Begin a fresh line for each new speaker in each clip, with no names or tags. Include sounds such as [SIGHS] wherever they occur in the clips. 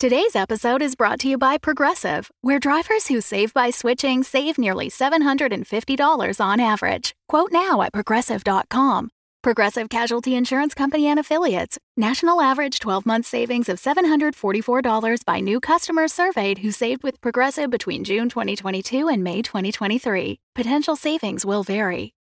Today's episode is brought to you by Progressive, where drivers who save by switching save nearly $750 on average. Quote now at progressive.com. Progressive Casualty Insurance Company and Affiliates. National average 12 month savings of $744 by new customers surveyed who saved with Progressive between June 2022 and May 2023. Potential savings will vary.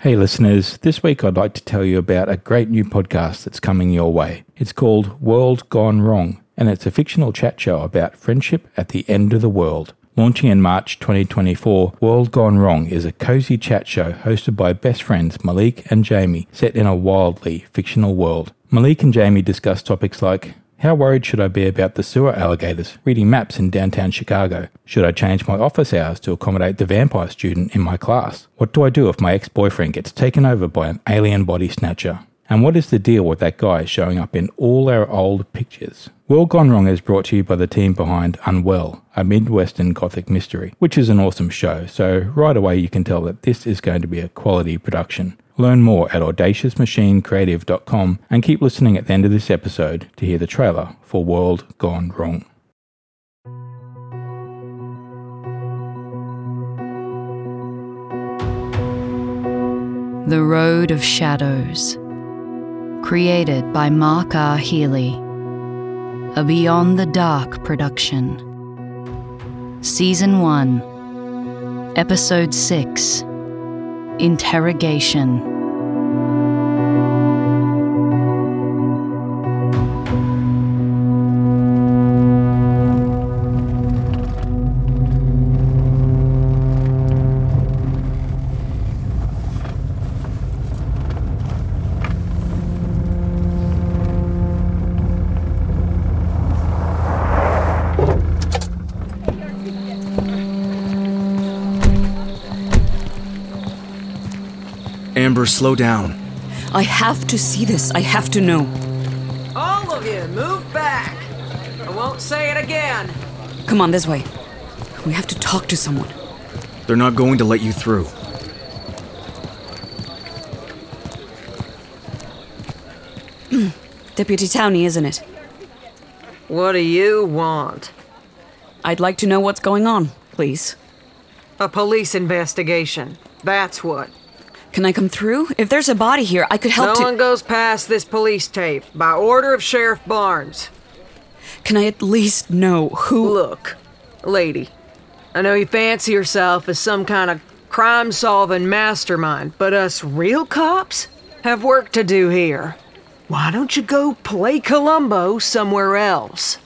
Hey listeners, this week I'd like to tell you about a great new podcast that's coming your way. It's called World Gone Wrong, and it's a fictional chat show about friendship at the end of the world. Launching in March 2024, World Gone Wrong is a cozy chat show hosted by best friends Malik and Jamie, set in a wildly fictional world. Malik and Jamie discuss topics like how worried should I be about the sewer alligators reading maps in downtown Chicago? Should I change my office hours to accommodate the vampire student in my class? What do I do if my ex boyfriend gets taken over by an alien body snatcher? And what is the deal with that guy showing up in all our old pictures? Well Gone Wrong is brought to you by the team behind Unwell, a Midwestern Gothic mystery, which is an awesome show, so right away you can tell that this is going to be a quality production. Learn more at audaciousmachinecreative.com and keep listening at the end of this episode to hear the trailer for World Gone Wrong.
The Road of Shadows. Created by Mark R. Healy. A Beyond the Dark production. Season 1. Episode 6. Interrogation.
Amber, slow down.
I have to see this. I have to know.
All of you, move back. I won't say it again.
Come on, this way. We have to talk to someone.
They're not going to let you through.
Deputy Towney, isn't it?
What do you want?
I'd like to know what's going on, please.
A police investigation. That's what.
Can I come through? If there's a body here, I could
no
help
one
to.
goes past this police tape by order of Sheriff Barnes.
Can I at least know who?
Look, lady, I know you fancy yourself as some kind of crime solving mastermind, but us real cops have work to do here. Why don't you go play Columbo somewhere else?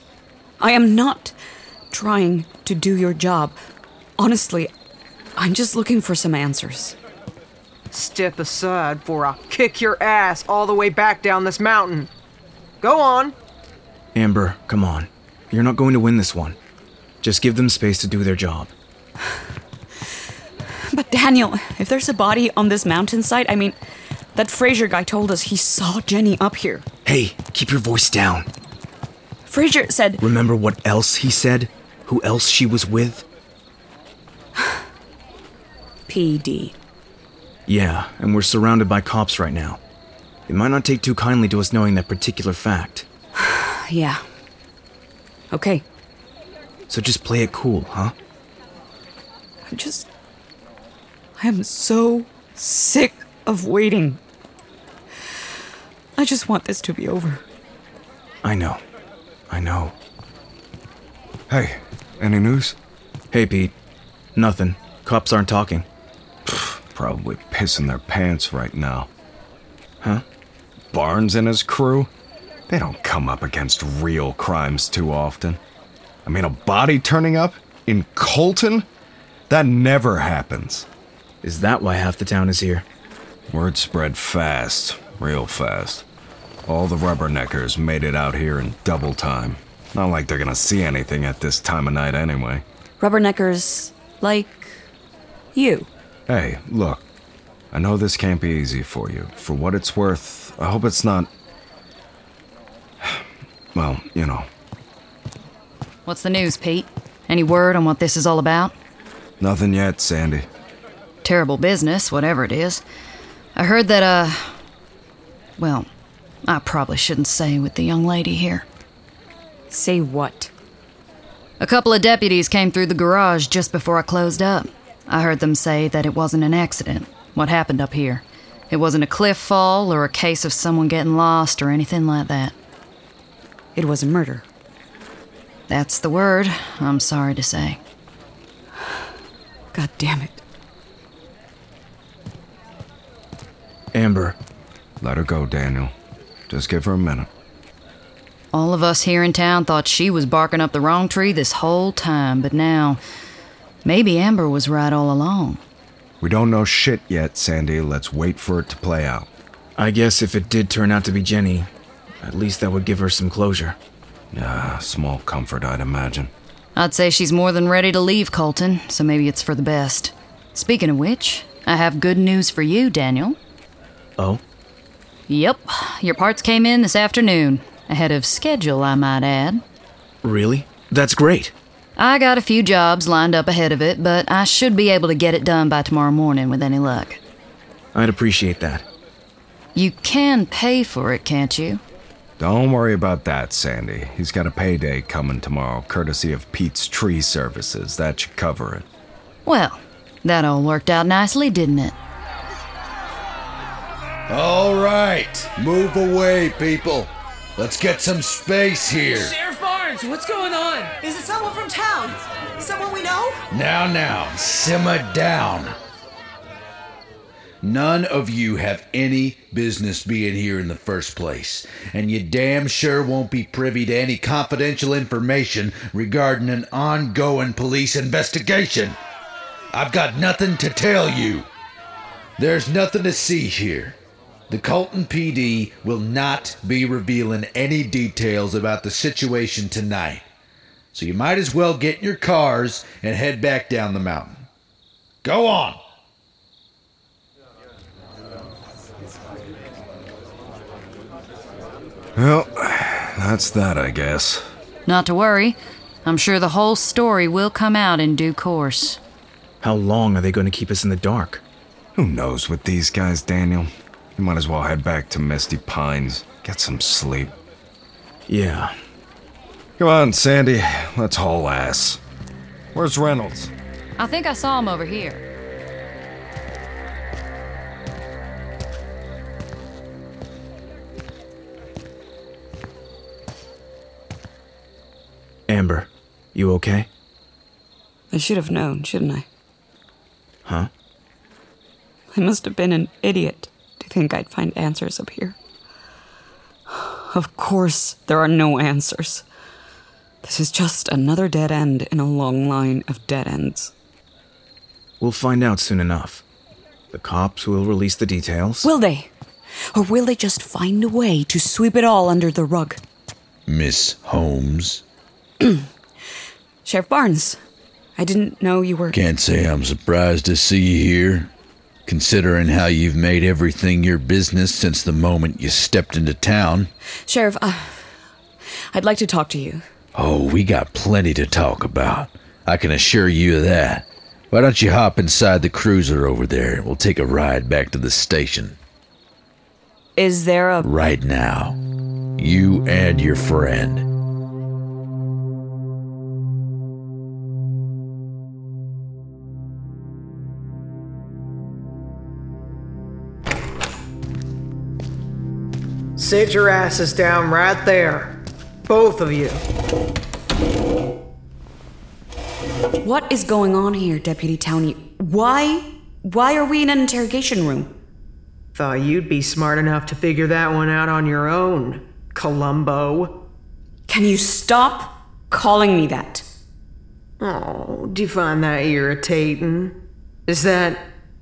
I am not trying to do your job. Honestly, I'm just looking for some answers.
Step aside, for I'll kick your ass all the way back down this mountain. Go on.
Amber, come on. You're not going to win this one. Just give them space to do their job.
But Daniel, if there's a body on this mountainside, I mean, that Fraser guy told us he saw Jenny up here.
Hey, keep your voice down.
Fraser said
Remember what else he said? Who else she was with?
PD.
Yeah, and we're surrounded by cops right now. They might not take too kindly to us knowing that particular fact.
Yeah. Okay,
So just play it cool, huh?
I'm just. I am so sick of waiting. I just want this to be over.
I know. I know.
Hey, any news?
Hey, Pete. Nothing. Cops aren't talking.
[SIGHS] Probably pissing their pants right now. Huh? Barnes and his crew? They don't come up against real crimes too often. I mean, a body turning up in Colton? That never happens.
Is that why half the town is here?
Word spread fast, real fast. All the rubberneckers made it out here in double time. Not like they're gonna see anything at this time of night anyway.
Rubberneckers like you.
Hey, look. I know this can't be easy for you. For what it's worth, I hope it's not. [SIGHS] Well, you know,
What's the news, Pete? Any word on what this is all about?
nothing yet, Sandy.
Terrible business, whatever it is. I heard that, uh. Well, I probably shouldn't say with the young lady here.
Say what?
A couple of deputies came through the garage just before I closed up. I heard them say that it wasn't an accident, what happened up here. It wasn't a cliff fall or a case of someone getting lost or anything like that.
It was a murder.
That's the word, I'm sorry to say.
God damn it.
Amber,
Let her go, Daniel. Just give her a minute.
All of us here in town thought she was barking up the wrong tree this whole time, but now maybe Amber was right all along.
We don't know shit yet, Sandy. Let's wait for it to play out.
I guess if it did turn out to be Jenny, at least that would give her some closure.
Ah, small comfort, I'd imagine.
I'd say she's more than ready to leave Colton, so maybe it's for the best. Speaking of which, I have good news for you, Daniel.
Oh?
Yep, your parts came in this afternoon, ahead of schedule, I might add.
Really? That's great.
I got a few jobs lined up ahead of it, but I should be able to get it done by tomorrow morning with any luck.
I'd appreciate that.
You can pay for it, can't you?
Don't worry about that, Sandy. He's got a payday coming tomorrow, courtesy of Pete's Tree Services. That should cover it.
Well, that all worked out nicely, didn't it?
All right, move away, people. Let's get some space here.
Sheriff Barnes, what's going on?
Is it someone from town? Someone we know?
Now, now, simmer down. None of you have any business being here in the first place, and you damn sure won't be privy to any confidential information regarding an ongoing police investigation. I've got nothing to tell you. There's nothing to see here. The Colton PD will not be revealing any details about the situation tonight, so you might as well get in your cars and head back down the mountain. Go on!
Well, [SIGHS] that's that, I guess.
Not to worry. I'm sure the whole story will come out in due course.
How long are they going to keep us in the dark?
Who knows with these guys, Daniel? You might as well head back to Misty Pines. Get some sleep.
Yeah.
Come on, Sandy. Let's haul ass. Where's Reynolds?
I think I saw him over here.
Amber, you okay?
I should have known, shouldn't I?
Huh?
I must have been an idiot to think I'd find answers up here. Of course, there are no answers. This is just another dead end in a long line of dead ends.
We'll find out soon enough. The cops will release the details.
Will they? Or will they just find a way to sweep it all under the rug?
Miss Holmes.
Sheriff Barnes, I didn't know you were.
Can't say I'm surprised to see you here, considering how you've made everything your business since the moment you stepped into town.
Sheriff, uh, I'd like to talk to you.
Oh, we got plenty to talk about. I can assure you of that. Why don't you hop inside the cruiser over there and we'll take a ride back to the station
Is there a.
right now? You and your friend.
Sit your asses down right there. Both of you.
What is going on here, Deputy Towney? Why? Why are we in an interrogation room?
Thought you'd be smart enough to figure that one out on your own, Columbo.
Can you stop calling me that?
Oh, do you find that irritating? Is that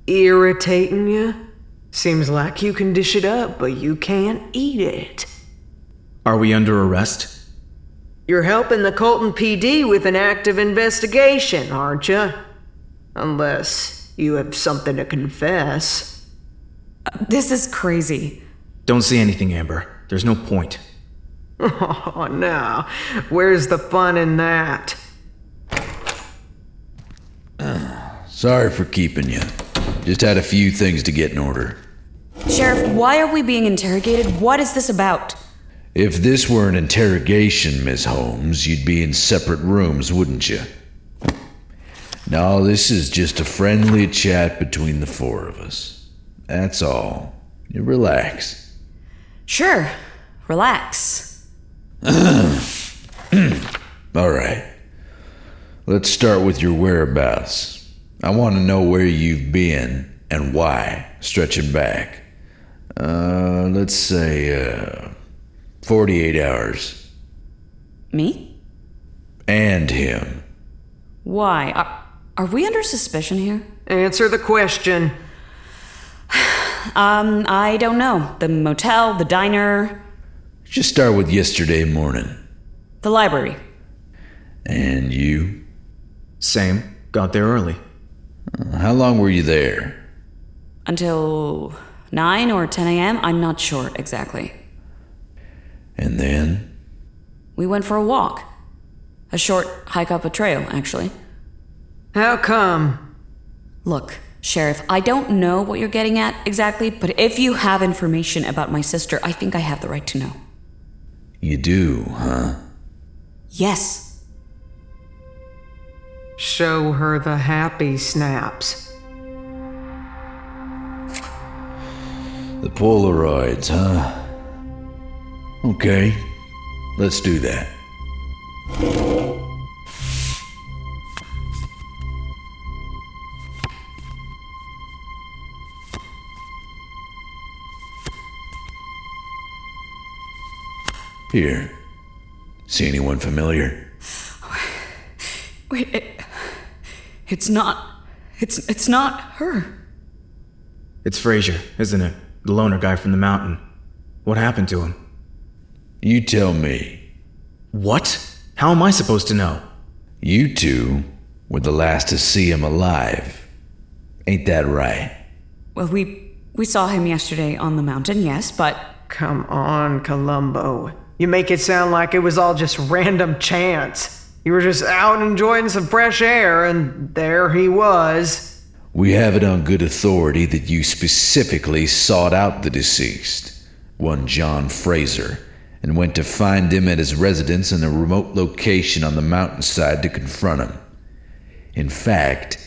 irritating you? Seems like you can dish it up, but you can't eat it.
Are we under arrest?
You're helping the Colton PD with an active investigation, aren't you? Unless you have something to confess. [LAUGHS]
This is crazy.
Don't say anything, Amber. There's no point.
Oh no, where's the fun in that?
Sorry for keeping you. Just had a few things to get in order.
Sheriff, why are we being interrogated? What is this about?
If this were an interrogation, Miss Holmes, you'd be in separate rooms, wouldn't you? No, this is just a friendly chat between the four of us. That's all. You relax.
Sure. Relax.
All right. Let's start with your whereabouts. I want to know where you've been and why, stretching back. Uh, let's say uh, 48 hours.
Me?
And him.
Why? Are, are we under suspicion here?
Answer the question.
Um, I don't know. The motel, the diner,
Just start with yesterday morning.
the library.
And you?
Same. Got there early.
How long were you there?
Until 9 or 10 a.m.? I'm not sure exactly.
And then?
We went for a walk. A short hike up a trail, actually.
How come?
Look, Sheriff, I don't know what you're getting at exactly, but if you have information about my sister, I think I have the right to know.
You do, huh?
Yes.
Show her the happy snaps.
The Polaroids, huh? Okay, let's do that. Here. See anyone familiar?
Wait, it, it's not. It's, it's not her.
It's Frazier, isn't it? The loner guy from the mountain. What happened to him?
You tell me.
What? How am I supposed to know?
You two were the last to see him alive. Ain't that right?
Well, we, we saw him yesterday on the mountain, yes, but
Come on, Columbo. You make it sound like it was all just random chance. You were just out enjoying some fresh air, and there he was.
We have it on good authority that you specifically sought out the deceased, one John Fraser, and went to find him at his residence in a remote location on the mountainside to confront him. In fact,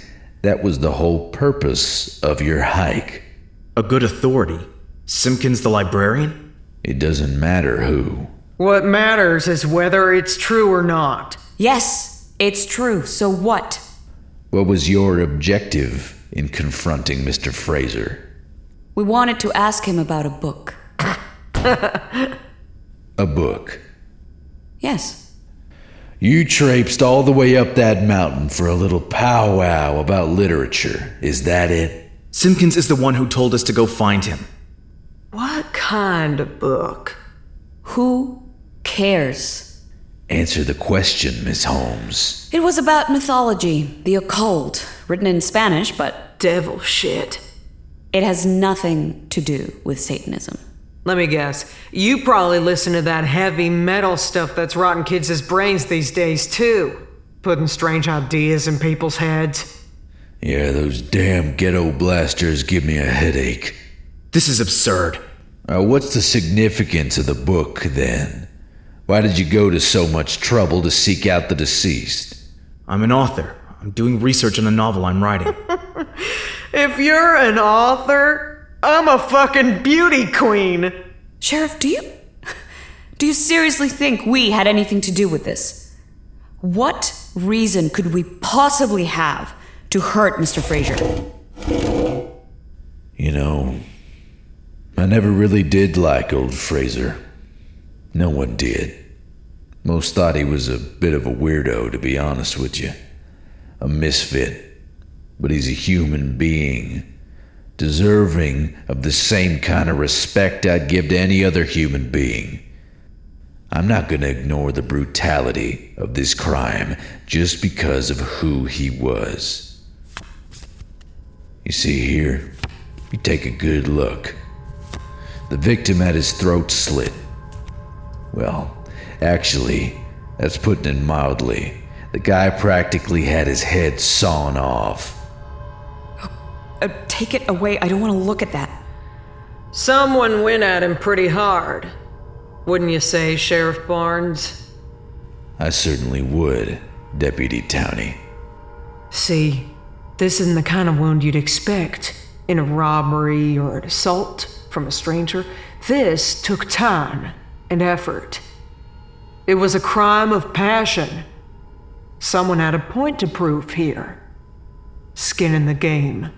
that was the whole purpose of your hike.
A good authority. Simpkins the librarian?
It doesn't matter who.
What matters is whether it's true or not.
yes, it's true. So what?
What was your objective in confronting Mr. Fraser?
We wanted to ask him about a book.
A book.
Yes.
You traipsed all the way up that mountain for a little powwow about literature. Is that it?
Simpkins is the one who told us to go find him.
What kind of book?
Who cares?
Answer the question, Miss Holmes.
It was about mythology, the occult, written in Spanish, but
Devil shit.
it has nothing to do with Satanism.
Let me guess. You probably listen to that heavy metal stuff that's rotting kids' brains these days, too. Putting strange ideas in people's heads.
Yeah, those damn ghetto blasters give me a headache.
This is absurd.
Uh, what's the significance of the book, then? Why did you go to so much trouble to seek out the deceased?
I'm an author. I'm doing research on a novel I'm writing.
If you're an author, I'm a fucking beauty queen.
Sheriff, do you [LAUGHS] do you seriously think we had anything to do with this? What reason could we possibly have to hurt Mr. Fraser?
You know, I never really did like old Fraser. No one did. Most thought he was a bit of a weirdo, to be honest with you. A misfit. But he's a human being, deserving of the same kind of respect I'd give to any other human being. I'm not going to ignore the brutality of this crime just because of who he was. You see here? You take a good look. The victim had his throat slit. Well, actually, that's putting it mildly. The guy practically had his head sawn off.
Uh, take it away. I don't want to look at that.
Someone went at him pretty hard. Wouldn't you say, Sheriff Barnes?
I certainly would, Deputy Towney.
See, this isn't the kind of wound you'd expect in a robbery or an assault from a stranger. This took time and effort. It was a crime of passion. Someone had a point to prove here. Skin in the game.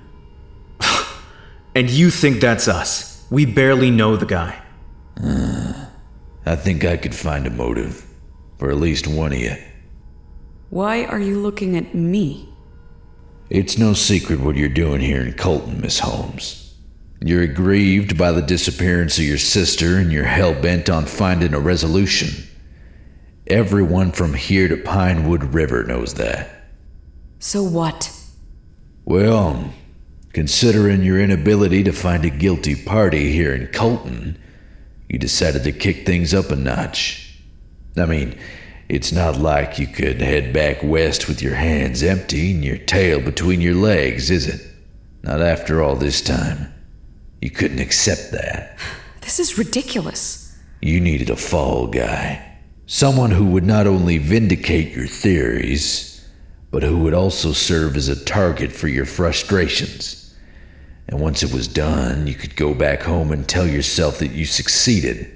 And you think that's us? We barely know the guy.
I think I could find a motive for at least one of you.
Why are you looking at me?
It's no secret what you're doing here in Colton, Miss Holmes. You're aggrieved by the disappearance of your sister and you're hell bent on finding a resolution. Everyone from here to Pinewood River knows that.
So what?
Well, considering your inability to find a guilty party here in Colton, you decided to kick things up a notch. I mean, it's not like you could head back west with your hands empty and your tail between your legs, is it? Not after all this time. You couldn't accept that.
This is ridiculous.
You needed a fall guy. Someone who would not only vindicate your theories, but who would also serve as a target for your frustrations. And once it was done, you could go back home and tell yourself that you succeeded,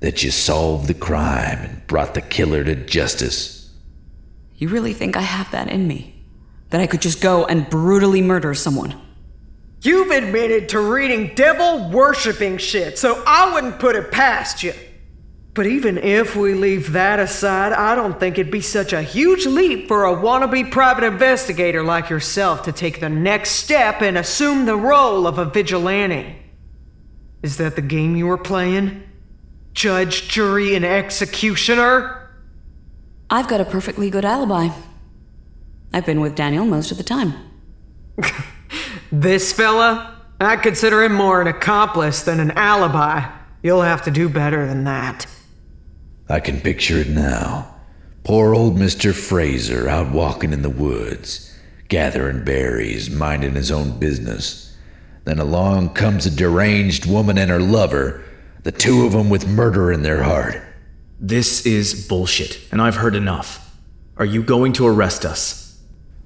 that you solved the crime and brought the killer to justice.
You really think I have that in me? That I could just go and brutally murder someone?
You've admitted to reading devil worshipping shit, so I wouldn't put it past you. But even if we leave that aside, I don't think it'd be such a huge leap for a wannabe private investigator like yourself to take the next step and assume the role of a vigilante. Is that the game you were playing? Judge, jury, and executioner? [LAUGHS]
I've got a perfectly good alibi. I've been with Daniel most of the time.
This fella? I consider him more an accomplice than an alibi. You'll have to do better than that.
I can picture it now. Poor old Mr. Fraser out walking in the woods, gathering berries, minding his own business. Then along comes a deranged woman and her lover, the two of 'em with murder in their heart.
This is bullshit, and I've heard enough. Are you going to arrest us?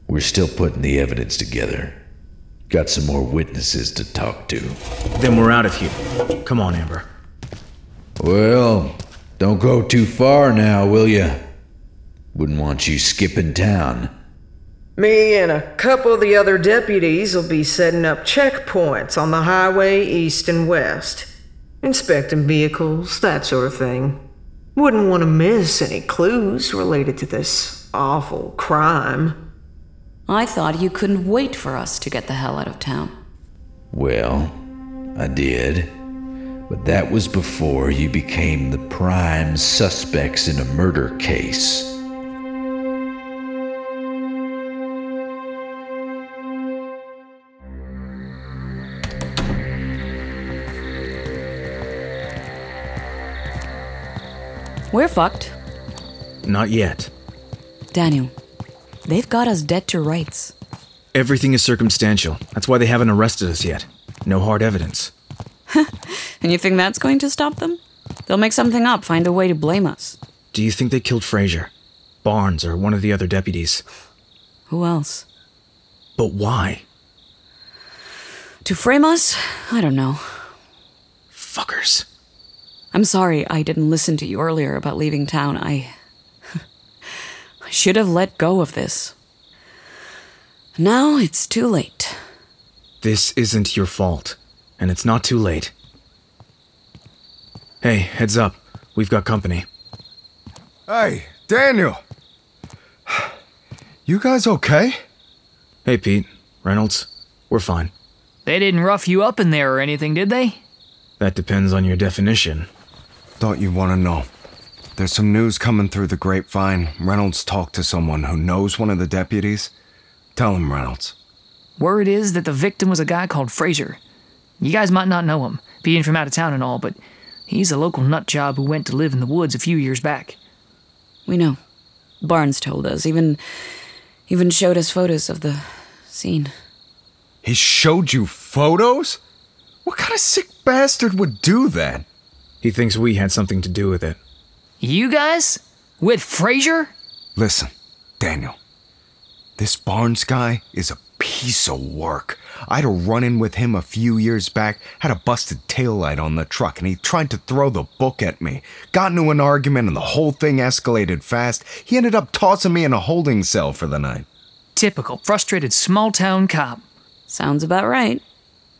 We're still putting the evidence together. Got some more witnesses to talk to.
Then we're out of here. Come on, Amber.
Well, don't go too far now, will you? Wouldn't want you skipping town.
Me and a couple of the other deputies will be setting up checkpoints on the highway east and west, inspecting vehicles, that sort of thing. Wouldn't want to miss any clues related to this awful crime.
I thought you couldn't wait for us to get the hell out of town.
Well, I did. But that was before you became the prime suspects in a murder case.
We're fucked.
Not yet.
Daniel, they've got us dead to rights.
Everything is circumstantial. That's why they haven't arrested us yet. No hard evidence.
And you think that's going to stop them? They'll make something up, find a way to blame us.
Do you think they killed Fraser? Barnes or one of the other deputies?
Who else?
But why?
To frame us? I don't know.
Fuckers.
I'm sorry I didn't listen to you earlier about leaving town. I. [LAUGHS] I should have let go of this. Now it's too late.
This isn't your fault, and it's not too late. Hey, heads up. We've got company.
Hey, Daniel! You guys okay?
Hey, Pete. Reynolds. We're fine.
They didn't rough you up in there or anything, did they?
That depends on your definition.
Don't you want to know? There's some news coming through the grapevine. Reynolds talked to someone who knows one of the deputies. Tell him, Reynolds.
Word is that the victim was a guy called Fraser. You guys might not know him, being from out of town and all, but he's a local nut job who went to live in the woods a few years back.
We know. Barnes told us, even. even showed us photos of the scene.
He showed you photos? What kind of sick bastard would do that?
He thinks we had something to do with it.
You guys? With Frazier?
Listen, Daniel. This Barnes guy is a piece of work. I had a run in with him a few years back, had a busted taillight on the truck, and he tried to throw the book at me. Got into an argument, and the whole thing escalated fast. He ended up tossing me in a holding cell for the night.
Typical frustrated small town cop.
Sounds about right.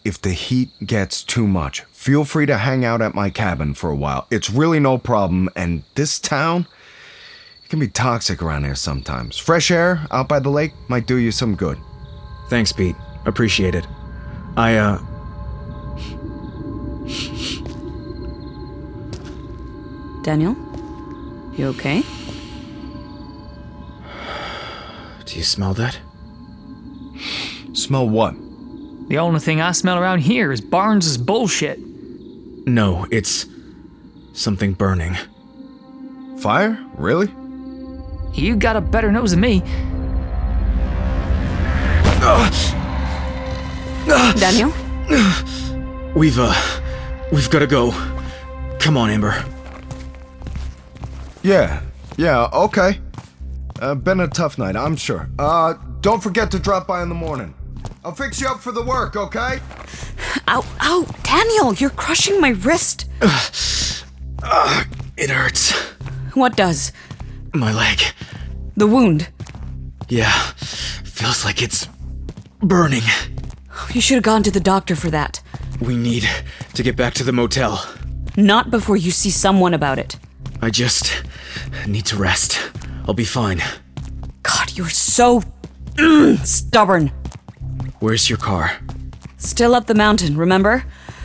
If the heat gets too much, feel free to hang out at my cabin for a while. It's really no problem, and this town it can be toxic around here sometimes. Fresh air out by the lake might do you some good.
Thanks, Pete. Appreciate it. I, uh.
Daniel? You okay?
Do you smell that?
Smell what?
The only thing I smell around here is Barnes's bullshit.
No, it's. something burning.
Fire? Really?
You got a better nose than me.
Daniel?
We've, uh. We've gotta go. Come on, Amber.
Yeah, yeah, okay. Uh, been a tough night, I'm sure. Uh, don't forget to drop by in the morning. I'll fix you up for the work, okay?
Ow, ow, Daniel, you're crushing my wrist.
Ugh, it hurts.
What does?
My leg.
The wound.
Yeah, feels like it's burning.
You should have gone to the doctor for that.
We need to get back to the motel.
Not before you see someone about it.
I just need to rest. I'll be fine.
God, you're so [CLEARS THROAT] stubborn.
Where's your car?
Still up the mountain, remember?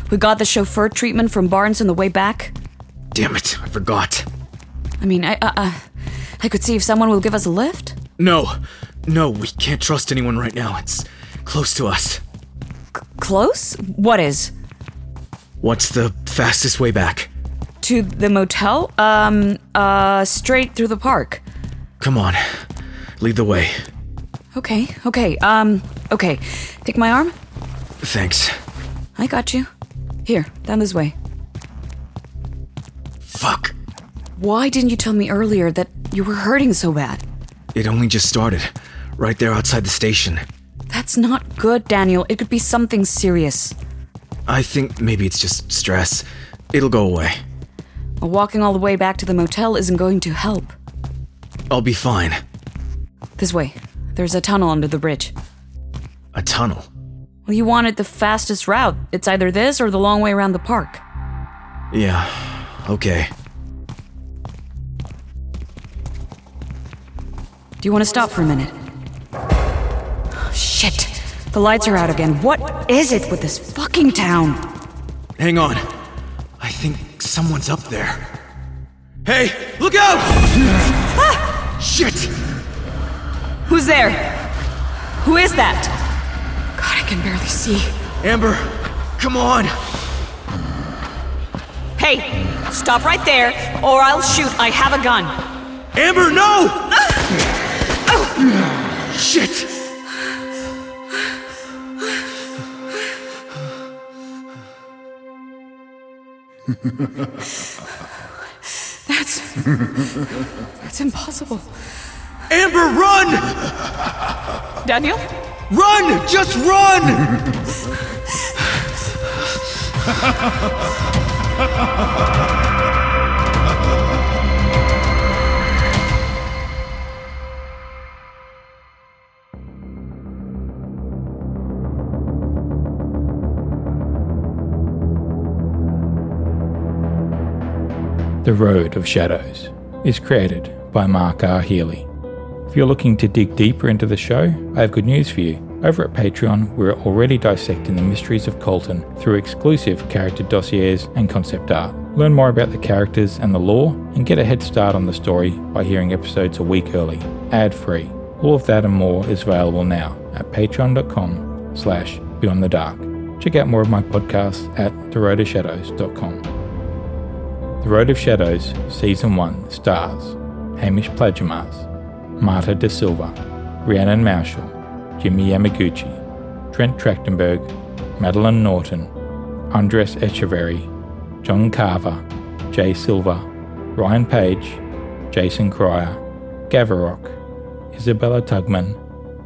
We got the chauffeur treatment from Barnes on the way back.
Damn it, I forgot.
I mean, I uh, uh, I could see if someone will give us a lift.
No, no, we can't trust anyone right now. It's close to us.
Close? What is?
What's the fastest way back?
To the motel? Um, uh, straight through the park.
Come on, lead the way.
Okay, okay, um, okay. Take my arm.
Thanks.
I got you. Here, down this way.
Fuck,
Why didn't you tell me earlier that you were hurting so bad?
it only just started. Right there outside the station.
That's not good, Daniel. It could be something serious.
I think maybe it's just stress. It'll go away.
Walking all the way back to the motel isn't going to help.
I'll be fine.
This way. There's a tunnel under the bridge.
A tunnel.
Well, you wanted the fastest route. It's either this or the long way around the park.
Yeah, okay.
Do you want to stop for a minute? Oh, Shit. The lights are out again. What is it with this fucking town?
Hang on. I think someone's up there. Hey, look out! Shit!
Who's there? Who is that? God, I can barely see.
Amber, come on!
Hey, stop right there, or I'll shoot. I have a gun.
Amber, no! Shit!
That's. That's impossible.
Amber, run!
Daniel?
Run! Just run!
The Road of Shadows is created by Mark R. Healy. If you're looking to dig deeper into the show, I have good news for you. Over at Patreon, we're already dissecting the mysteries of Colton through exclusive character dossiers and concept art. Learn more about the characters and the lore, and get a head start on the story by hearing episodes a week early, ad-free. All of that and more is available now at patreon.com slash beyond the dark. Check out more of my podcasts at theroadofshadows.com. The Road of Shadows, Season 1, stars Hamish Plagiamas, Marta De Silva, Rhiannon Marshall, Jimmy Yamaguchi, Trent Trachtenberg, Madeline Norton, Andres Echeverry, John Carver, Jay Silva, Ryan Page, Jason Cryer, Gavrock, Isabella Tugman,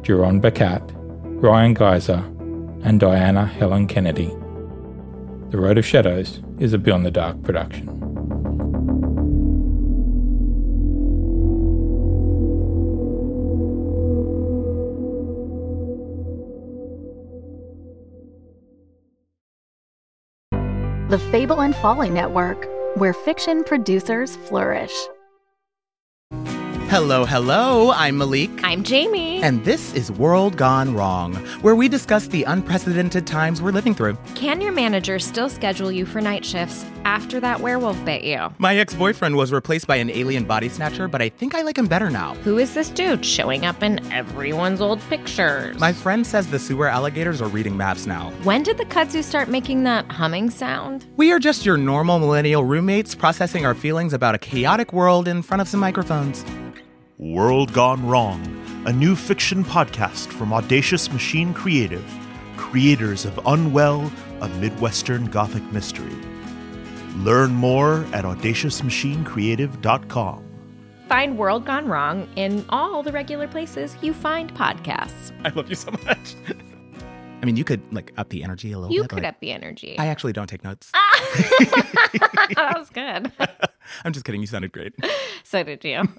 Jerron Bacat, Ryan Geyser, and Diana Helen Kennedy. The Road of Shadows is a Beyond the Dark production.
The Fable and Folly Network, where fiction producers flourish.
Hello, hello. I'm Malik.
I'm Jamie.
And this is World Gone Wrong, where we discuss the unprecedented times we're living through.
Can your manager still schedule you for night shifts after that werewolf bit you?
My ex boyfriend was replaced by an alien body snatcher, but I think I like him better now.
Who is this dude showing up in everyone's old pictures?
My friend says the sewer alligators are reading maps now.
When did the kudzu start making that humming sound?
We are just your normal millennial roommates processing our feelings about a chaotic world in front of some microphones.
World Gone Wrong, a new fiction podcast from Audacious Machine Creative, creators of Unwell, a Midwestern Gothic mystery. Learn more at audaciousmachinecreative.com.
Find World Gone Wrong in all the regular places you find podcasts.
I love you so much. I mean, you could like up the energy a little
You
bit.
could
like-
up the energy. Ah!
I actually don't take notes.
[LAUGHS]
[LAUGHS]
that was good.
I'm just kidding. You sounded great.
So did you.